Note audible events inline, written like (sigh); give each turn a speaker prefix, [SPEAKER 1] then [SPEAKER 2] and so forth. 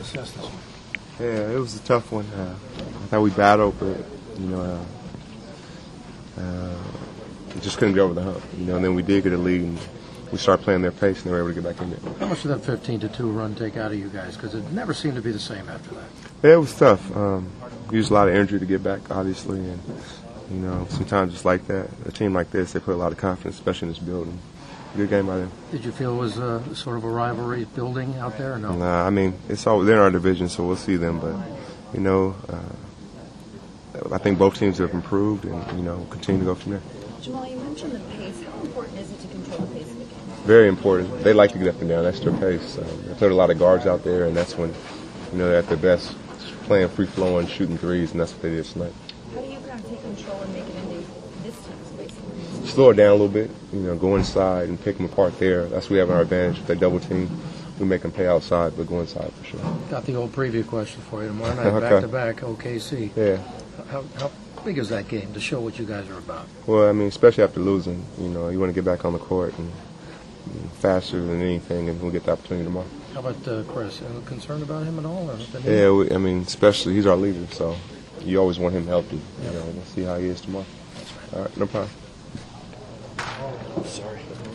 [SPEAKER 1] assess this one.
[SPEAKER 2] Yeah, it was a tough one. Uh, I thought we battled, but you know, uh, uh, we just couldn't get over the hump. You know, and then we did get a lead, and we started playing their pace, and they were able to get back in there.
[SPEAKER 1] How much did that 15 to 2 run take out of you guys? Because it never seemed to be the same after that.
[SPEAKER 2] Yeah, it was tough. Um, used a lot of energy to get back, obviously, and you know, sometimes it's like that. A team like this, they put a lot of confidence, especially in this building. Good game by them.
[SPEAKER 1] Did you feel it was a, sort of a rivalry building out there or no?
[SPEAKER 2] Nah, uh, I mean, it's all they're in our division, so we'll see them. But you know, uh, I think both teams have improved, and you know, continue to go from there.
[SPEAKER 3] Jamal, you mentioned the pace. How important is it to control the pace of the game?
[SPEAKER 2] Very important. They like to get up and down. That's their pace. Um, they put a lot of guards out there, and that's when you know they're at their best, playing free flowing, shooting threes, and that's what they did tonight.
[SPEAKER 3] How do you kind of take control and make it into this team's basically?
[SPEAKER 2] slow it down a little bit, you know, go inside and pick them apart there. That's what we have our advantage. If they double team, we make them pay outside, but go inside for sure.
[SPEAKER 1] Got the old preview question for you tomorrow night,
[SPEAKER 2] (laughs) Okay.
[SPEAKER 1] back to back, OKC.
[SPEAKER 2] Yeah.
[SPEAKER 1] How, how big is that game to show what you guys are about?
[SPEAKER 2] Well, I mean, especially after losing, you know, you want to get back on the court and, and faster than anything, and we'll get the opportunity tomorrow.
[SPEAKER 1] How about uh, Chris? Any concerned about him at all? Or the knee?
[SPEAKER 2] Yeah, we, I mean, especially he's our leader, so you always want him healthy. You know, we'll see how he is tomorrow. All right, no problem.
[SPEAKER 1] Sorry.